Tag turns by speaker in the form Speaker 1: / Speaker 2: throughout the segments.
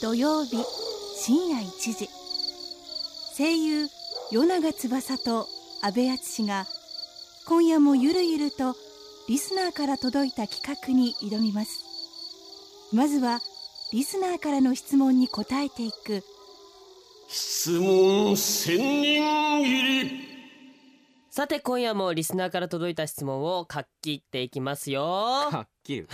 Speaker 1: 土曜日深夜1時声優与永翼と阿部淳が今夜もゆるゆるとリスナーから届いた企画に挑みますまずはリスナーからの質問に答えていく
Speaker 2: 質問千人切り
Speaker 3: さて今夜もリスナーから届いた質問を書き切っていきま すよ
Speaker 4: はっきり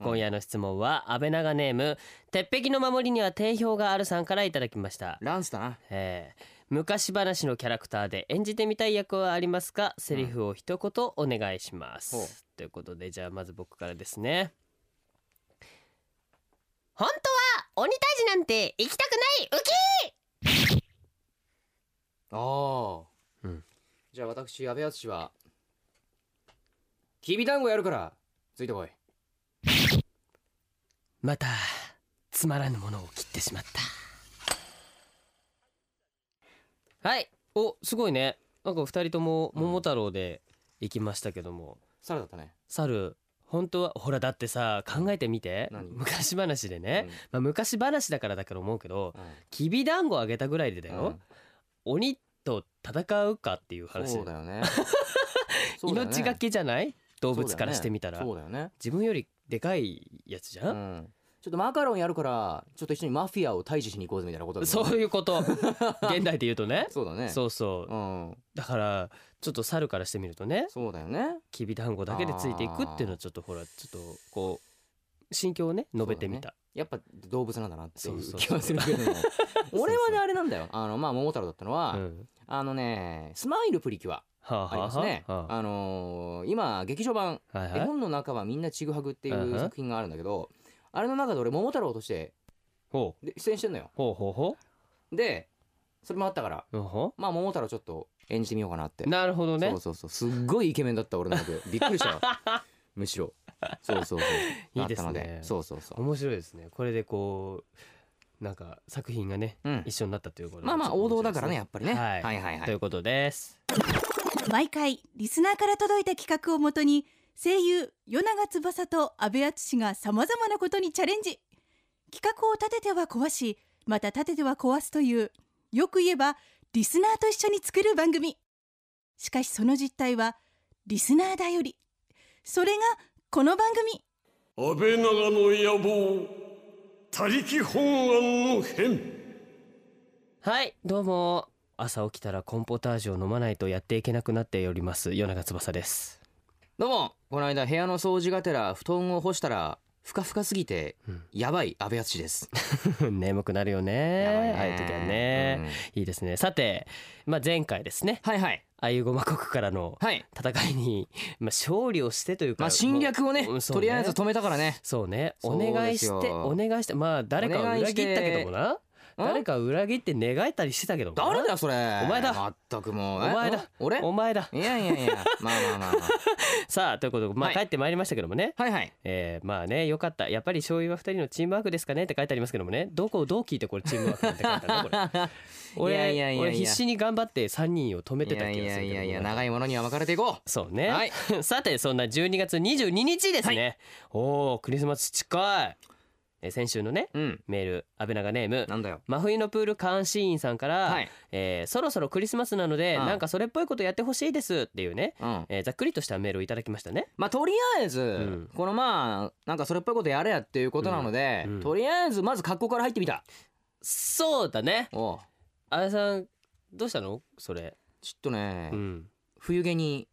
Speaker 3: 今夜の質問は安倍長ネーム鉄壁の守りには定評があるさんからいただきました、
Speaker 4: ランスだな
Speaker 3: えー昔話のキャラクターで演じてみたい役はありますかセリフを一言お願いします、
Speaker 4: ほう
Speaker 3: ということでじゃあまず僕からですね本当は鬼退治なんて行きたくないウキ
Speaker 4: ああ
Speaker 3: うん
Speaker 4: じゃあ私阿部淳はきびだんごやるからついてこい
Speaker 3: またつまらぬものを切ってしまったはいおすごいねなんか二人とも
Speaker 4: うん
Speaker 3: 桃太郎で行きましたけども、
Speaker 4: サラだったね
Speaker 3: 猿本当はほらだってさ考えてみて
Speaker 4: 何
Speaker 3: 昔話でね、まあ、昔話だからだけど思うけど
Speaker 4: うんうん
Speaker 3: きびだんごあげたぐらいでだ
Speaker 4: う
Speaker 3: よ
Speaker 4: ん、
Speaker 3: 鬼と戦うかっていう話
Speaker 4: そうだよねそうだよね
Speaker 3: 命がけじゃない動物からしてみたら、
Speaker 4: そうだよね
Speaker 3: 自分よりでかいやつじ
Speaker 4: そう
Speaker 3: ゃ
Speaker 4: だよねうんちょっとマカロンやるからちょっと一緒にマフィアを退治しに行こうぜみたいなことだ
Speaker 3: ん、
Speaker 4: よね
Speaker 3: そういうこと現代で言う とね
Speaker 4: そうだね
Speaker 3: そうそう
Speaker 4: うん
Speaker 3: だからちょっと猿からしてみるとね
Speaker 4: そうだよね
Speaker 3: きびだんごだけでついていくっていうのはちょっとほらちょっとこう心境をね述べてみた、
Speaker 4: やっぱ動物なんだなってい
Speaker 3: そう
Speaker 4: う
Speaker 3: そうそう
Speaker 4: 気はするけども 俺はねあれなんだよあのまあ桃太郎だったのは、
Speaker 3: うん、
Speaker 4: あのねスマイルプリキュア
Speaker 3: はあは
Speaker 4: ありますね
Speaker 3: あはあ
Speaker 4: あのー今劇場版
Speaker 3: はい
Speaker 4: 絵
Speaker 3: はい。
Speaker 4: 本の中はみんなちぐはぐってい
Speaker 3: うんう
Speaker 4: うん作品があるんだけどあれの中で俺桃太郎として
Speaker 3: ほう
Speaker 4: で出演してんのよ
Speaker 3: ほうほうほ
Speaker 4: でそれもあったから
Speaker 3: う。うんほ
Speaker 4: まあ桃太郎ちょっと演じてみようかなって
Speaker 3: う。なるほどね
Speaker 4: そう。そうそうすっごいイケメンだった俺の中でびっくりし たよむしろそうそうそう
Speaker 3: いい
Speaker 4: だ
Speaker 3: ですね
Speaker 4: ったのでそうそうそう
Speaker 3: 面白いですね。これでこうなんか作品がね
Speaker 4: うん
Speaker 3: 一緒になったということで。
Speaker 4: まあまあ王道だからねや
Speaker 3: ちょ
Speaker 4: っぱりね
Speaker 3: は
Speaker 4: はいいはいは
Speaker 3: とい
Speaker 4: いう
Speaker 3: ことです。
Speaker 1: 毎回リスナーから届いた企画をもとに声優与永翼と阿部淳がさまざまなことにチャレンジ企画を立てては壊しまた立てては壊すというよく言えばリスナーと一緒に作る番組しかしその実態はリスナーだよりそれがこの番組
Speaker 2: 安倍長の野望他力本願の変
Speaker 3: はいどうも朝起きたらコンポタージュを飲まないとやっていけなくなっております夜長翼です。
Speaker 4: どうもこの間部屋の掃除がてら布団を干したらふかふかすぎて
Speaker 3: うん
Speaker 4: やばい安倍淳です
Speaker 3: 眠くなるよ
Speaker 4: やばい
Speaker 3: ね
Speaker 4: ね。
Speaker 3: ああいう時はね。いいですね。さてまあ前回ですね
Speaker 4: うんはいはい
Speaker 3: あゆごま国からの
Speaker 4: はい
Speaker 3: 戦いにまあ勝利をしてというか
Speaker 4: まあ侵略をね
Speaker 3: もううんそう
Speaker 4: とりあえず止めたからね
Speaker 3: そうねお
Speaker 4: そうですよ
Speaker 3: 願いしてお願いしてまあ誰かを裏切ったけどもな誰
Speaker 4: 誰
Speaker 3: かを裏切って願えたりしてたけどもな
Speaker 4: 誰だよそれお
Speaker 3: 前だ
Speaker 4: 全くもう
Speaker 3: お前だ
Speaker 4: えん俺
Speaker 3: お前だ
Speaker 4: いやいやいやまあまあまあま
Speaker 3: さあということでまあ
Speaker 4: はい
Speaker 3: 帰ってまいりましたけどもね、
Speaker 4: あはいはい
Speaker 3: えーまあねよかったやっぱり勝因は二人のチームワークですかねって書いてありますけどもねどこをどう聞いてこれチームワークなんて書いてあるのこれ俺
Speaker 4: いやいやいやいや
Speaker 3: 俺必死に頑張って三人を止め
Speaker 4: い
Speaker 3: てた
Speaker 4: や
Speaker 3: 気
Speaker 4: い
Speaker 3: がす
Speaker 4: や
Speaker 3: るけ
Speaker 4: い
Speaker 3: ども
Speaker 4: やいや長いものには分かれていこ
Speaker 3: そうね、
Speaker 4: うはい
Speaker 3: さてそんな12月22日ですね、おおクリスマス近いえー先週のね
Speaker 4: うん
Speaker 3: メール安倍長ネーム
Speaker 4: なんだよ
Speaker 3: 真冬のプール監視員さんから、
Speaker 4: はい
Speaker 3: えーそろそろクリスマスなので、
Speaker 4: うん
Speaker 3: なんかそれっぽいことやってほしいですっていうね、
Speaker 4: うん
Speaker 3: えーざっくりとしたメールをいただきましたね。
Speaker 4: まあとりあえず、
Speaker 3: ん
Speaker 4: このまあなんかそれっぽいことやれやっていうことなので、
Speaker 3: うんうん
Speaker 4: とりあえずまず格好から入ってみた
Speaker 3: そうだね。
Speaker 4: おう
Speaker 3: あやさんどうしたのそれ。
Speaker 4: ちょっとね、
Speaker 3: うん。
Speaker 4: 冬毛に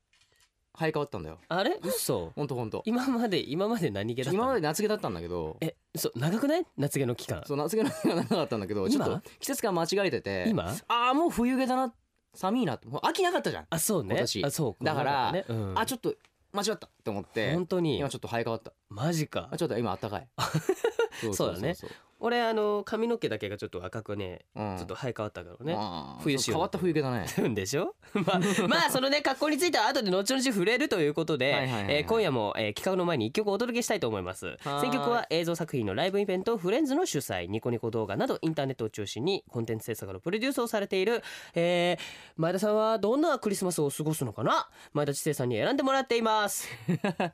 Speaker 4: 生え変わったんだよ
Speaker 3: あれ嘘。
Speaker 4: ほんとほんと
Speaker 3: 今まで今まで何気だったの。
Speaker 4: 今まで夏毛だったんだけど
Speaker 3: えそう長くない夏毛の期間。
Speaker 4: そう夏毛の毛が長かったんだけどちょ
Speaker 3: 今
Speaker 4: っと季節感間違えてて
Speaker 3: 今
Speaker 4: ああもう冬毛だな寒いなってもう秋なかったじゃん、
Speaker 3: あそうね。
Speaker 4: 今年
Speaker 3: あそう
Speaker 4: だから
Speaker 3: この中ねうん
Speaker 4: あちょっと間違ったって思って
Speaker 3: 本当に
Speaker 4: 今ちょっと生え変わった
Speaker 3: マジか
Speaker 4: あ。ちょっと今あったかいそ
Speaker 3: そうだね
Speaker 4: そう
Speaker 3: 俺あの髪の毛だけがちょっと赤くね、
Speaker 4: うん
Speaker 3: ちょっと生え変わったからね。
Speaker 4: あー
Speaker 3: 冬
Speaker 4: そう
Speaker 3: 仕様
Speaker 4: 変わった冬毛だ ね
Speaker 3: うんでしょ まあ、まあそのね格好については後で後々触れるということで
Speaker 4: はいはいはいはい
Speaker 3: えー今夜も、えー企画の前に一曲お届けしたいと思います
Speaker 4: ーい
Speaker 3: 選曲は映像作品のライブイベントフレンズの主催ニコニコ動画などインターネットを中心にコンテンツ制作のプロデュースをされている、えー前田さんはどんなクリ スマスを過ごすのかな前田知世さんに選んでもらっています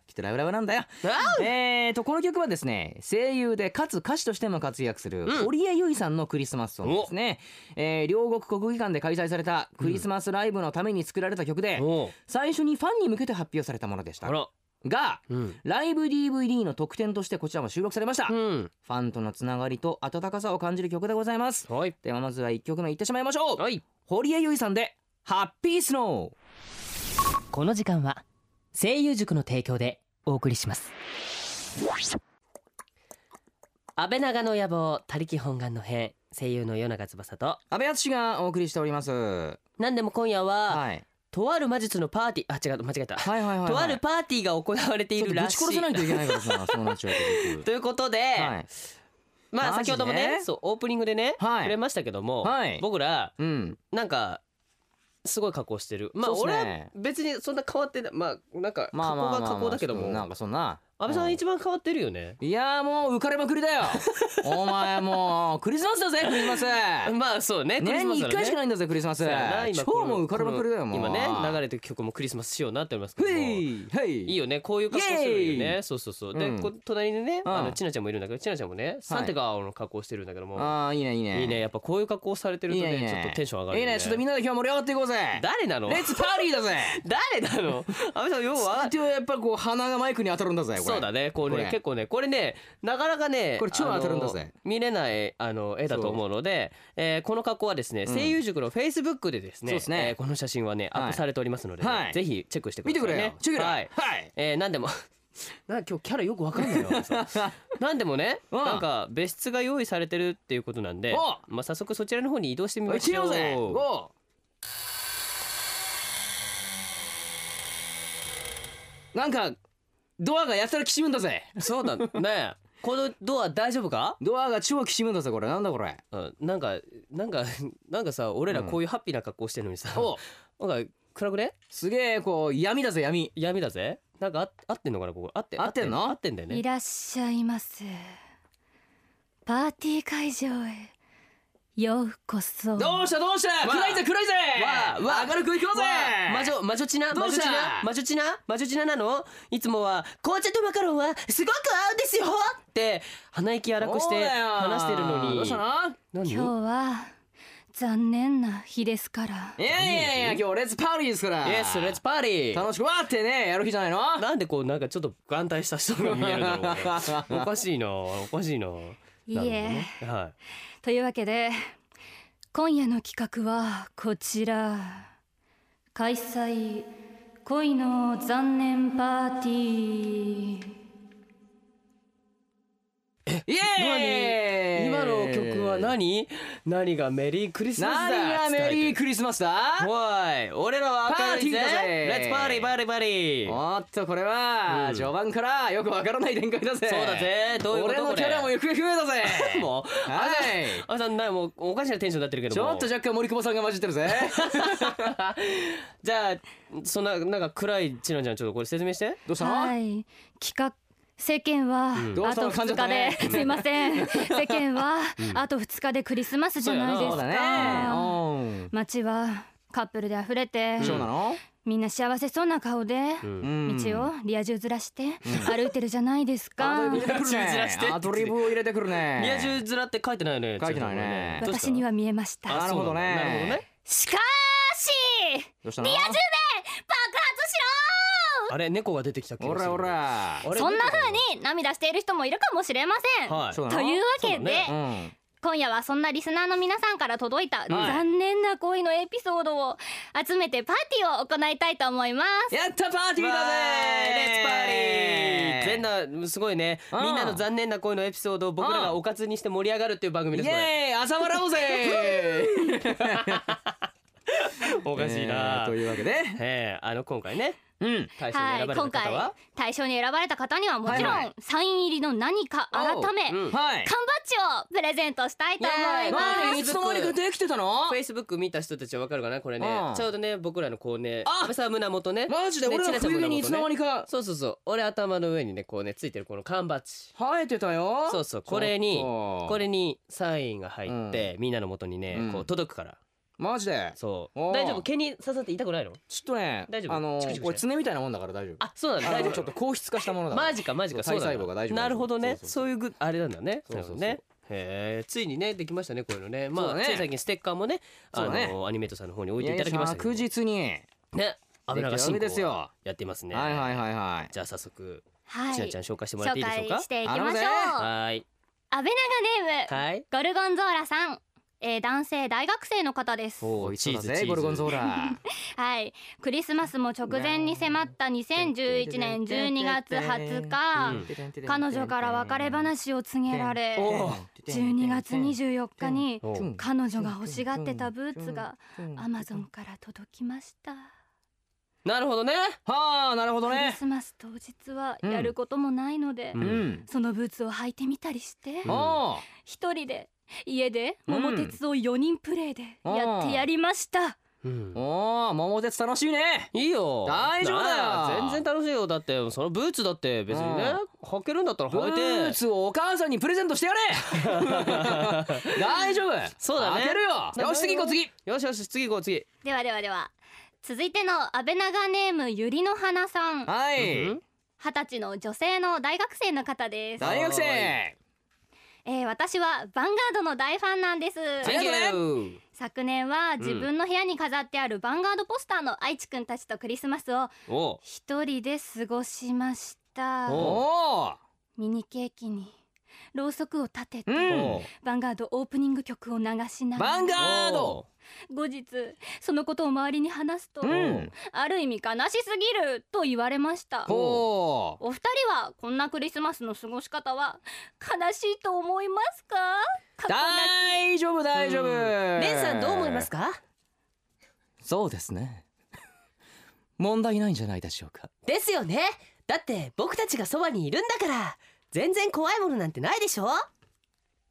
Speaker 4: きっとラブラブなんだよ
Speaker 3: あー
Speaker 4: え えーとこの曲はですね声優でかつ歌手としても活躍する
Speaker 3: うん
Speaker 4: 堀江由衣さんのクリスマスソングですね、えー両国国技館で開催されたクリスマスライブのために作られた曲で、
Speaker 3: おう
Speaker 4: 最初にファンに向けて発表されたものでした
Speaker 3: あら
Speaker 4: が
Speaker 3: うん
Speaker 4: ライブ DVD の特典としてこちらも収録されました、
Speaker 3: う
Speaker 4: フ
Speaker 3: ん
Speaker 4: ァンとのつながりと温かさを感じる曲でございます
Speaker 3: はい
Speaker 4: ではまずは1曲目いってしまいましょう
Speaker 3: はい
Speaker 4: 堀江由衣さんでハッピースノー
Speaker 5: この時間は声優塾の提供でお送りします
Speaker 3: 安倍長の野望他力本願の編声優の与永翼と
Speaker 4: 安倍淳がお送りしておりますは
Speaker 3: なんでも今夜
Speaker 4: い
Speaker 3: は、
Speaker 4: はい
Speaker 3: とある魔術のパーティーあ違う間違えた、
Speaker 4: はいはい、はい、
Speaker 3: とあるパーティーが行われてい
Speaker 4: ちょっ
Speaker 3: る
Speaker 4: とぶ
Speaker 3: ら
Speaker 4: ち
Speaker 3: しい
Speaker 4: 殺さないといけないからさそうなっちゃうと
Speaker 3: ということで、
Speaker 4: 僕はい
Speaker 3: まあ
Speaker 4: マジ
Speaker 3: 先
Speaker 4: で
Speaker 3: ほどもねそうオープニングでね、
Speaker 4: はい
Speaker 3: 触れましたけども、
Speaker 4: はい
Speaker 3: 僕ら
Speaker 4: うん
Speaker 3: なんかすごい加工してるまあ
Speaker 4: そうっす
Speaker 3: 俺
Speaker 4: ね
Speaker 3: は別にそんな変わってないまあなんか加
Speaker 4: まあま
Speaker 3: 工
Speaker 4: あまあ
Speaker 3: が
Speaker 4: まあ
Speaker 3: 加工だけども、
Speaker 4: ちょっとなんかそんな
Speaker 3: 安倍さん
Speaker 4: う
Speaker 3: 一番変わってるよね、
Speaker 4: いやーもう浮かれまくりだ よお前もうクリスマスだぜクリスマス
Speaker 3: まあそうねクリス
Speaker 4: 年
Speaker 3: マス
Speaker 4: に
Speaker 3: だ
Speaker 4: 1回しか
Speaker 3: ね
Speaker 4: ないんだぜクリスマス
Speaker 3: そうやな今こ
Speaker 4: 超
Speaker 3: の
Speaker 4: もう浮かれまくりだよもう
Speaker 3: 今ね流れてる曲もクリスマス仕様になっておりますけども
Speaker 4: へ
Speaker 3: い
Speaker 4: いへい
Speaker 3: いよねこういう格好するよ
Speaker 4: イエ
Speaker 3: ね
Speaker 4: ー
Speaker 3: そうそうそうで、
Speaker 4: うん
Speaker 3: こ隣にねあ
Speaker 4: う
Speaker 3: の
Speaker 4: ん
Speaker 3: ちなちゃんもいるんだけどちなちゃんもねサンテガーの格好してるんだけども、
Speaker 4: ああいいねいい
Speaker 3: い、
Speaker 4: ね
Speaker 3: いねやっぱこういう格好されてるとね
Speaker 4: いいね
Speaker 3: ちょっとテンション上がる
Speaker 4: いい
Speaker 3: よね
Speaker 4: ねちょっとみんなで今日盛り上がっていこうぜ
Speaker 3: 誰なの
Speaker 4: レッツパーティーだぜ
Speaker 3: 誰なの安倍さんようわか
Speaker 4: 相手はやっぱりこう鼻がマイクに当たるんだぜこれ
Speaker 3: そうだねこう
Speaker 4: こ
Speaker 3: ね
Speaker 4: れ
Speaker 3: 結構ねこれねなかなかね
Speaker 4: これ超
Speaker 3: あの
Speaker 4: 当たるんだぜ
Speaker 3: 見れないあの絵だと思うので、えーこの格好はですね、声優塾のフェイスブックでですね
Speaker 4: そうですね
Speaker 3: えーこの写真はねア
Speaker 4: はい
Speaker 3: ップされておりますので、
Speaker 4: はい
Speaker 3: ぜひチェックしてく
Speaker 4: 見て
Speaker 3: だ
Speaker 4: く
Speaker 3: さいね
Speaker 4: れよチェックだ
Speaker 3: はい、
Speaker 4: はい
Speaker 3: えー、なんでも なんか今日キャラよくわかんな いよ安倍さんなんでもね、
Speaker 4: うん
Speaker 3: なんか別室が用意されてるっていうことなんで
Speaker 4: お
Speaker 3: まあ早速そちらの方に移動してみ
Speaker 4: 行
Speaker 3: ま
Speaker 4: って
Speaker 3: し
Speaker 4: み
Speaker 3: ょ
Speaker 4: よ
Speaker 3: う
Speaker 4: うぜゴーなんかドアがやたらきしむんだぜ
Speaker 3: そうだねこのドア大丈夫か
Speaker 4: ドアが超きしむんだぜこれなんだこれ
Speaker 3: うんなんかなんか なんかさ俺らこういうハッピーな格好してるのにさ、
Speaker 4: お
Speaker 3: なんか暗くね
Speaker 4: すげえこう闇だぜ闇
Speaker 3: 闇だぜなんかあ合ってんのかなここ合って
Speaker 4: 合ってんの
Speaker 3: 合ってんだよ
Speaker 1: い
Speaker 3: ね
Speaker 1: らっしゃいますパーティー会場へようこそ
Speaker 4: どうしたどうした
Speaker 3: わあ
Speaker 4: 暗いぜ暗いぜ
Speaker 3: わあわあ
Speaker 4: 明るく行こうぜ
Speaker 3: わあ魔女魔女チナ
Speaker 4: ど
Speaker 3: 魔
Speaker 4: う
Speaker 3: 女
Speaker 4: し
Speaker 3: チ
Speaker 4: た
Speaker 3: ナ魔女チナ魔女チナなのいつもは紅茶とマカロンはすごく合うんですよって鼻息荒くして話してるのに
Speaker 4: どうしたの
Speaker 3: 何
Speaker 6: 今日は残念な日ですから
Speaker 4: いやいやいや今日レッツパーティーですから
Speaker 3: イエスレッツパーティー
Speaker 4: 楽しくわーってねやる日じゃないの
Speaker 3: なんでこうなんかちょっと眼帯した人が見えるんだろうね おかしいなおかしいななるほどねはい
Speaker 6: というわけで今夜の企画はこちら開催恋の残念パーティー
Speaker 4: イエーイ
Speaker 3: 今の曲は何何がメリークリスマスだ
Speaker 4: 何がメリークリスマスだ
Speaker 3: おい俺らは明るいぜ
Speaker 4: パーティーだぜ
Speaker 3: レッツパーティーパーティーパーティー
Speaker 4: おっとこれ
Speaker 3: う
Speaker 4: は
Speaker 3: ん
Speaker 4: 序盤からよくわからない展開だぜ
Speaker 3: そうだぜどういうこと
Speaker 4: 俺の
Speaker 3: これ
Speaker 4: キャラも行方不明だぜ
Speaker 3: もう
Speaker 4: は
Speaker 3: あ
Speaker 4: い
Speaker 3: あさんなもうおかしなテンションになってるけど
Speaker 4: ちょ
Speaker 3: も
Speaker 4: っと若干森久保さんが混じってるぜ
Speaker 3: じゃあそんななんか暗いちなちゃんちょっとこれ説明して
Speaker 4: どうしたの、
Speaker 6: はい企画世間は
Speaker 4: どう
Speaker 6: あ
Speaker 4: したの
Speaker 6: と
Speaker 4: 噛んじゃ
Speaker 6: 2
Speaker 4: った
Speaker 6: 日
Speaker 4: ね
Speaker 6: ですいません世間はあと2日でクリスマスじゃないで
Speaker 4: そ
Speaker 6: す
Speaker 4: うだね
Speaker 6: か
Speaker 4: うん
Speaker 6: 街はカップルで溢れて
Speaker 4: そうなの、
Speaker 6: みんな幸せそうな顔で
Speaker 4: うん
Speaker 6: 道をリア充ずらして歩いてるじゃないですか、
Speaker 4: アドリブ入れてくる
Speaker 3: ずら
Speaker 4: ね
Speaker 3: してって
Speaker 4: アドリブを入れてくるね
Speaker 3: リア充面って書いてないよね
Speaker 4: 書いてないね
Speaker 3: どうした
Speaker 6: 私には見えまし
Speaker 3: あ
Speaker 6: た
Speaker 4: なるほどね
Speaker 3: そうなんだなるほどね
Speaker 6: しかし
Speaker 4: どうしたのリア充
Speaker 6: 爆
Speaker 3: あれ猫が出てきた気がす
Speaker 4: お
Speaker 3: る
Speaker 4: らおら
Speaker 3: あれ
Speaker 6: 発しろそんな
Speaker 3: 猫だ
Speaker 6: 風に涙している人もいるかもしれません、
Speaker 3: はい
Speaker 4: そうだ
Speaker 6: というわけ
Speaker 3: そう
Speaker 6: で、
Speaker 3: だね
Speaker 4: うん
Speaker 6: 今夜はそんなリスナーの皆さんから届いた残念な恋のエピソードを集めてパーティーを行いたいと思います
Speaker 4: やったパーティーだぜ
Speaker 3: レッツパーティー全裸すごいね
Speaker 4: うん
Speaker 3: みんなの残念な恋のエピソードを僕らがおかずにして盛り上がるっていう番組です
Speaker 4: イ
Speaker 3: これ
Speaker 4: エーイ朝笑おうぜ
Speaker 3: おかしいな
Speaker 4: えーというわけで
Speaker 3: ええあの今回ね
Speaker 4: うん
Speaker 3: 大賞に
Speaker 6: はい
Speaker 3: 選ばれ
Speaker 6: 今
Speaker 3: た方
Speaker 6: 回
Speaker 3: は
Speaker 6: 大賞に選ばれた方にはもちろ
Speaker 4: はいは
Speaker 6: んサイン入りの何か改め、
Speaker 3: おうう
Speaker 4: はい
Speaker 3: ん
Speaker 6: 缶バッジをプレゼントしたいと思
Speaker 3: イエー
Speaker 6: い
Speaker 3: イ
Speaker 6: ま
Speaker 3: わ
Speaker 6: す
Speaker 3: あ
Speaker 4: なんでいつの間にかできてたの
Speaker 3: フェイスブック見た人たちはわかるかなこれね
Speaker 4: うん
Speaker 3: ちょうどね僕らのこうね
Speaker 4: あ
Speaker 3: 安倍さん胸元ね
Speaker 4: マジで俺
Speaker 3: ねち
Speaker 4: ら
Speaker 3: なちゃん
Speaker 4: 冬
Speaker 3: 胸元
Speaker 4: に
Speaker 3: ね
Speaker 4: いつの間にか
Speaker 3: そうそうそう俺頭の上にねこうねついてるこの缶バッジ
Speaker 4: 生えてたよ
Speaker 3: そうそうこれに
Speaker 4: ちょっと
Speaker 3: これにサインが入ってみんなの元にね
Speaker 4: うん
Speaker 3: こう届くから
Speaker 4: マジで
Speaker 3: そう
Speaker 4: おー
Speaker 3: 大丈夫毛に刺さって痛くないの
Speaker 4: ちょっとね
Speaker 3: 大丈夫
Speaker 4: あの
Speaker 3: チクチクして
Speaker 4: これ爪みたいなもんだから大丈夫
Speaker 3: あそうなんだ
Speaker 4: あ
Speaker 3: 大丈
Speaker 4: のちょっと硬質化したもの
Speaker 3: 夫
Speaker 4: だ
Speaker 3: マジかマジか
Speaker 4: そう
Speaker 3: そうなん
Speaker 4: 体細胞が大丈
Speaker 3: だ
Speaker 4: 夫
Speaker 3: なるほどね
Speaker 4: そうそうそう
Speaker 3: そういうぐあれなんだね
Speaker 4: そうそうそう
Speaker 3: なるほどねへえついにねできましたねこういうのね
Speaker 4: そ
Speaker 3: まあ
Speaker 4: うだね
Speaker 3: つい最近ステッカーもねあ
Speaker 4: そうだ
Speaker 3: の
Speaker 4: ね
Speaker 3: アニメートさんの方に置いていただきましたけど
Speaker 4: 確実に
Speaker 3: ね安倍長
Speaker 4: 出来上がり
Speaker 3: 進
Speaker 4: です
Speaker 3: 行を
Speaker 4: よ
Speaker 3: やってますね
Speaker 4: はいはいはいはい
Speaker 3: じゃあ早速
Speaker 6: は
Speaker 3: ちなちゃん紹介してもらっていいでしょうか
Speaker 6: て
Speaker 4: いきましょうあのね
Speaker 3: はーい
Speaker 6: 安倍長ネーム
Speaker 3: はい
Speaker 6: ゴルゴンゾーラさん、えー男性大学生の方です
Speaker 3: お
Speaker 4: おいしそうだ
Speaker 3: チーズチー
Speaker 4: ぜ
Speaker 3: ズ
Speaker 4: ゴルゴンゾーラ
Speaker 6: はいクリスマスも直前に迫った2011年12月20日、
Speaker 3: うん
Speaker 6: 彼女から別れ話を告げられ
Speaker 3: お
Speaker 6: 12月24日に
Speaker 3: おう
Speaker 6: 彼女が欲しがってたブーツがアマゾンから届きました
Speaker 3: なるほどね
Speaker 4: はあなるほど
Speaker 6: クリ
Speaker 4: ね
Speaker 6: スマス当日はやることもないので、
Speaker 3: う
Speaker 4: うんん
Speaker 6: そのブーツを履いてみたりして、
Speaker 3: うん
Speaker 4: おー
Speaker 6: 一人で家で
Speaker 4: うん
Speaker 6: 桃鉄を4人プレイでやってやりました、
Speaker 3: うん
Speaker 4: おー桃鉄楽しいね
Speaker 3: いいよ
Speaker 4: 大丈夫だよ
Speaker 3: なあ全然楽しいよだってそのブーツだって別にね履けるんだったら
Speaker 4: ブ
Speaker 3: 履いて
Speaker 4: ーツをお母さんにプレゼントしてや れ大丈夫
Speaker 3: そうだね
Speaker 4: 開けるよよし次行こう次
Speaker 3: よしよし次行こう次
Speaker 6: ではではでは続いての安倍長ネームゆりの花さん
Speaker 4: は
Speaker 3: う
Speaker 4: い
Speaker 3: ん
Speaker 6: 二十歳の女性の大学生の方です、
Speaker 4: 大学生
Speaker 6: えー私はヴァンガードの大ファンなんです
Speaker 4: ありがとうね
Speaker 3: Thank you
Speaker 6: 昨年は自分の部屋に飾ってあるヴァンガードポスターの愛知くんたちとクリスマスを
Speaker 3: おう
Speaker 6: 一人で過ごしました
Speaker 3: お
Speaker 4: お
Speaker 6: ミニケーキにろうそくを立てて、
Speaker 4: う
Speaker 6: ヴ
Speaker 4: ん
Speaker 3: おう
Speaker 6: ァンガードオープニング曲を流しな
Speaker 4: ー
Speaker 6: が
Speaker 4: バン
Speaker 6: ら
Speaker 4: ガード
Speaker 6: 後日そのことを周りに話すと、
Speaker 4: うん
Speaker 6: ある意味悲しすぎると言われました
Speaker 4: ほう
Speaker 6: お二人はこんなクリスマスの過ごし方は悲しいと思いますか過去な
Speaker 4: 大丈夫大丈夫
Speaker 5: レンさんどう思いますか
Speaker 4: そうです ね問題ないんじゃないでしょうか
Speaker 5: ですよねだって僕たちがそばにいるんだから全然怖いものなんてないでしょ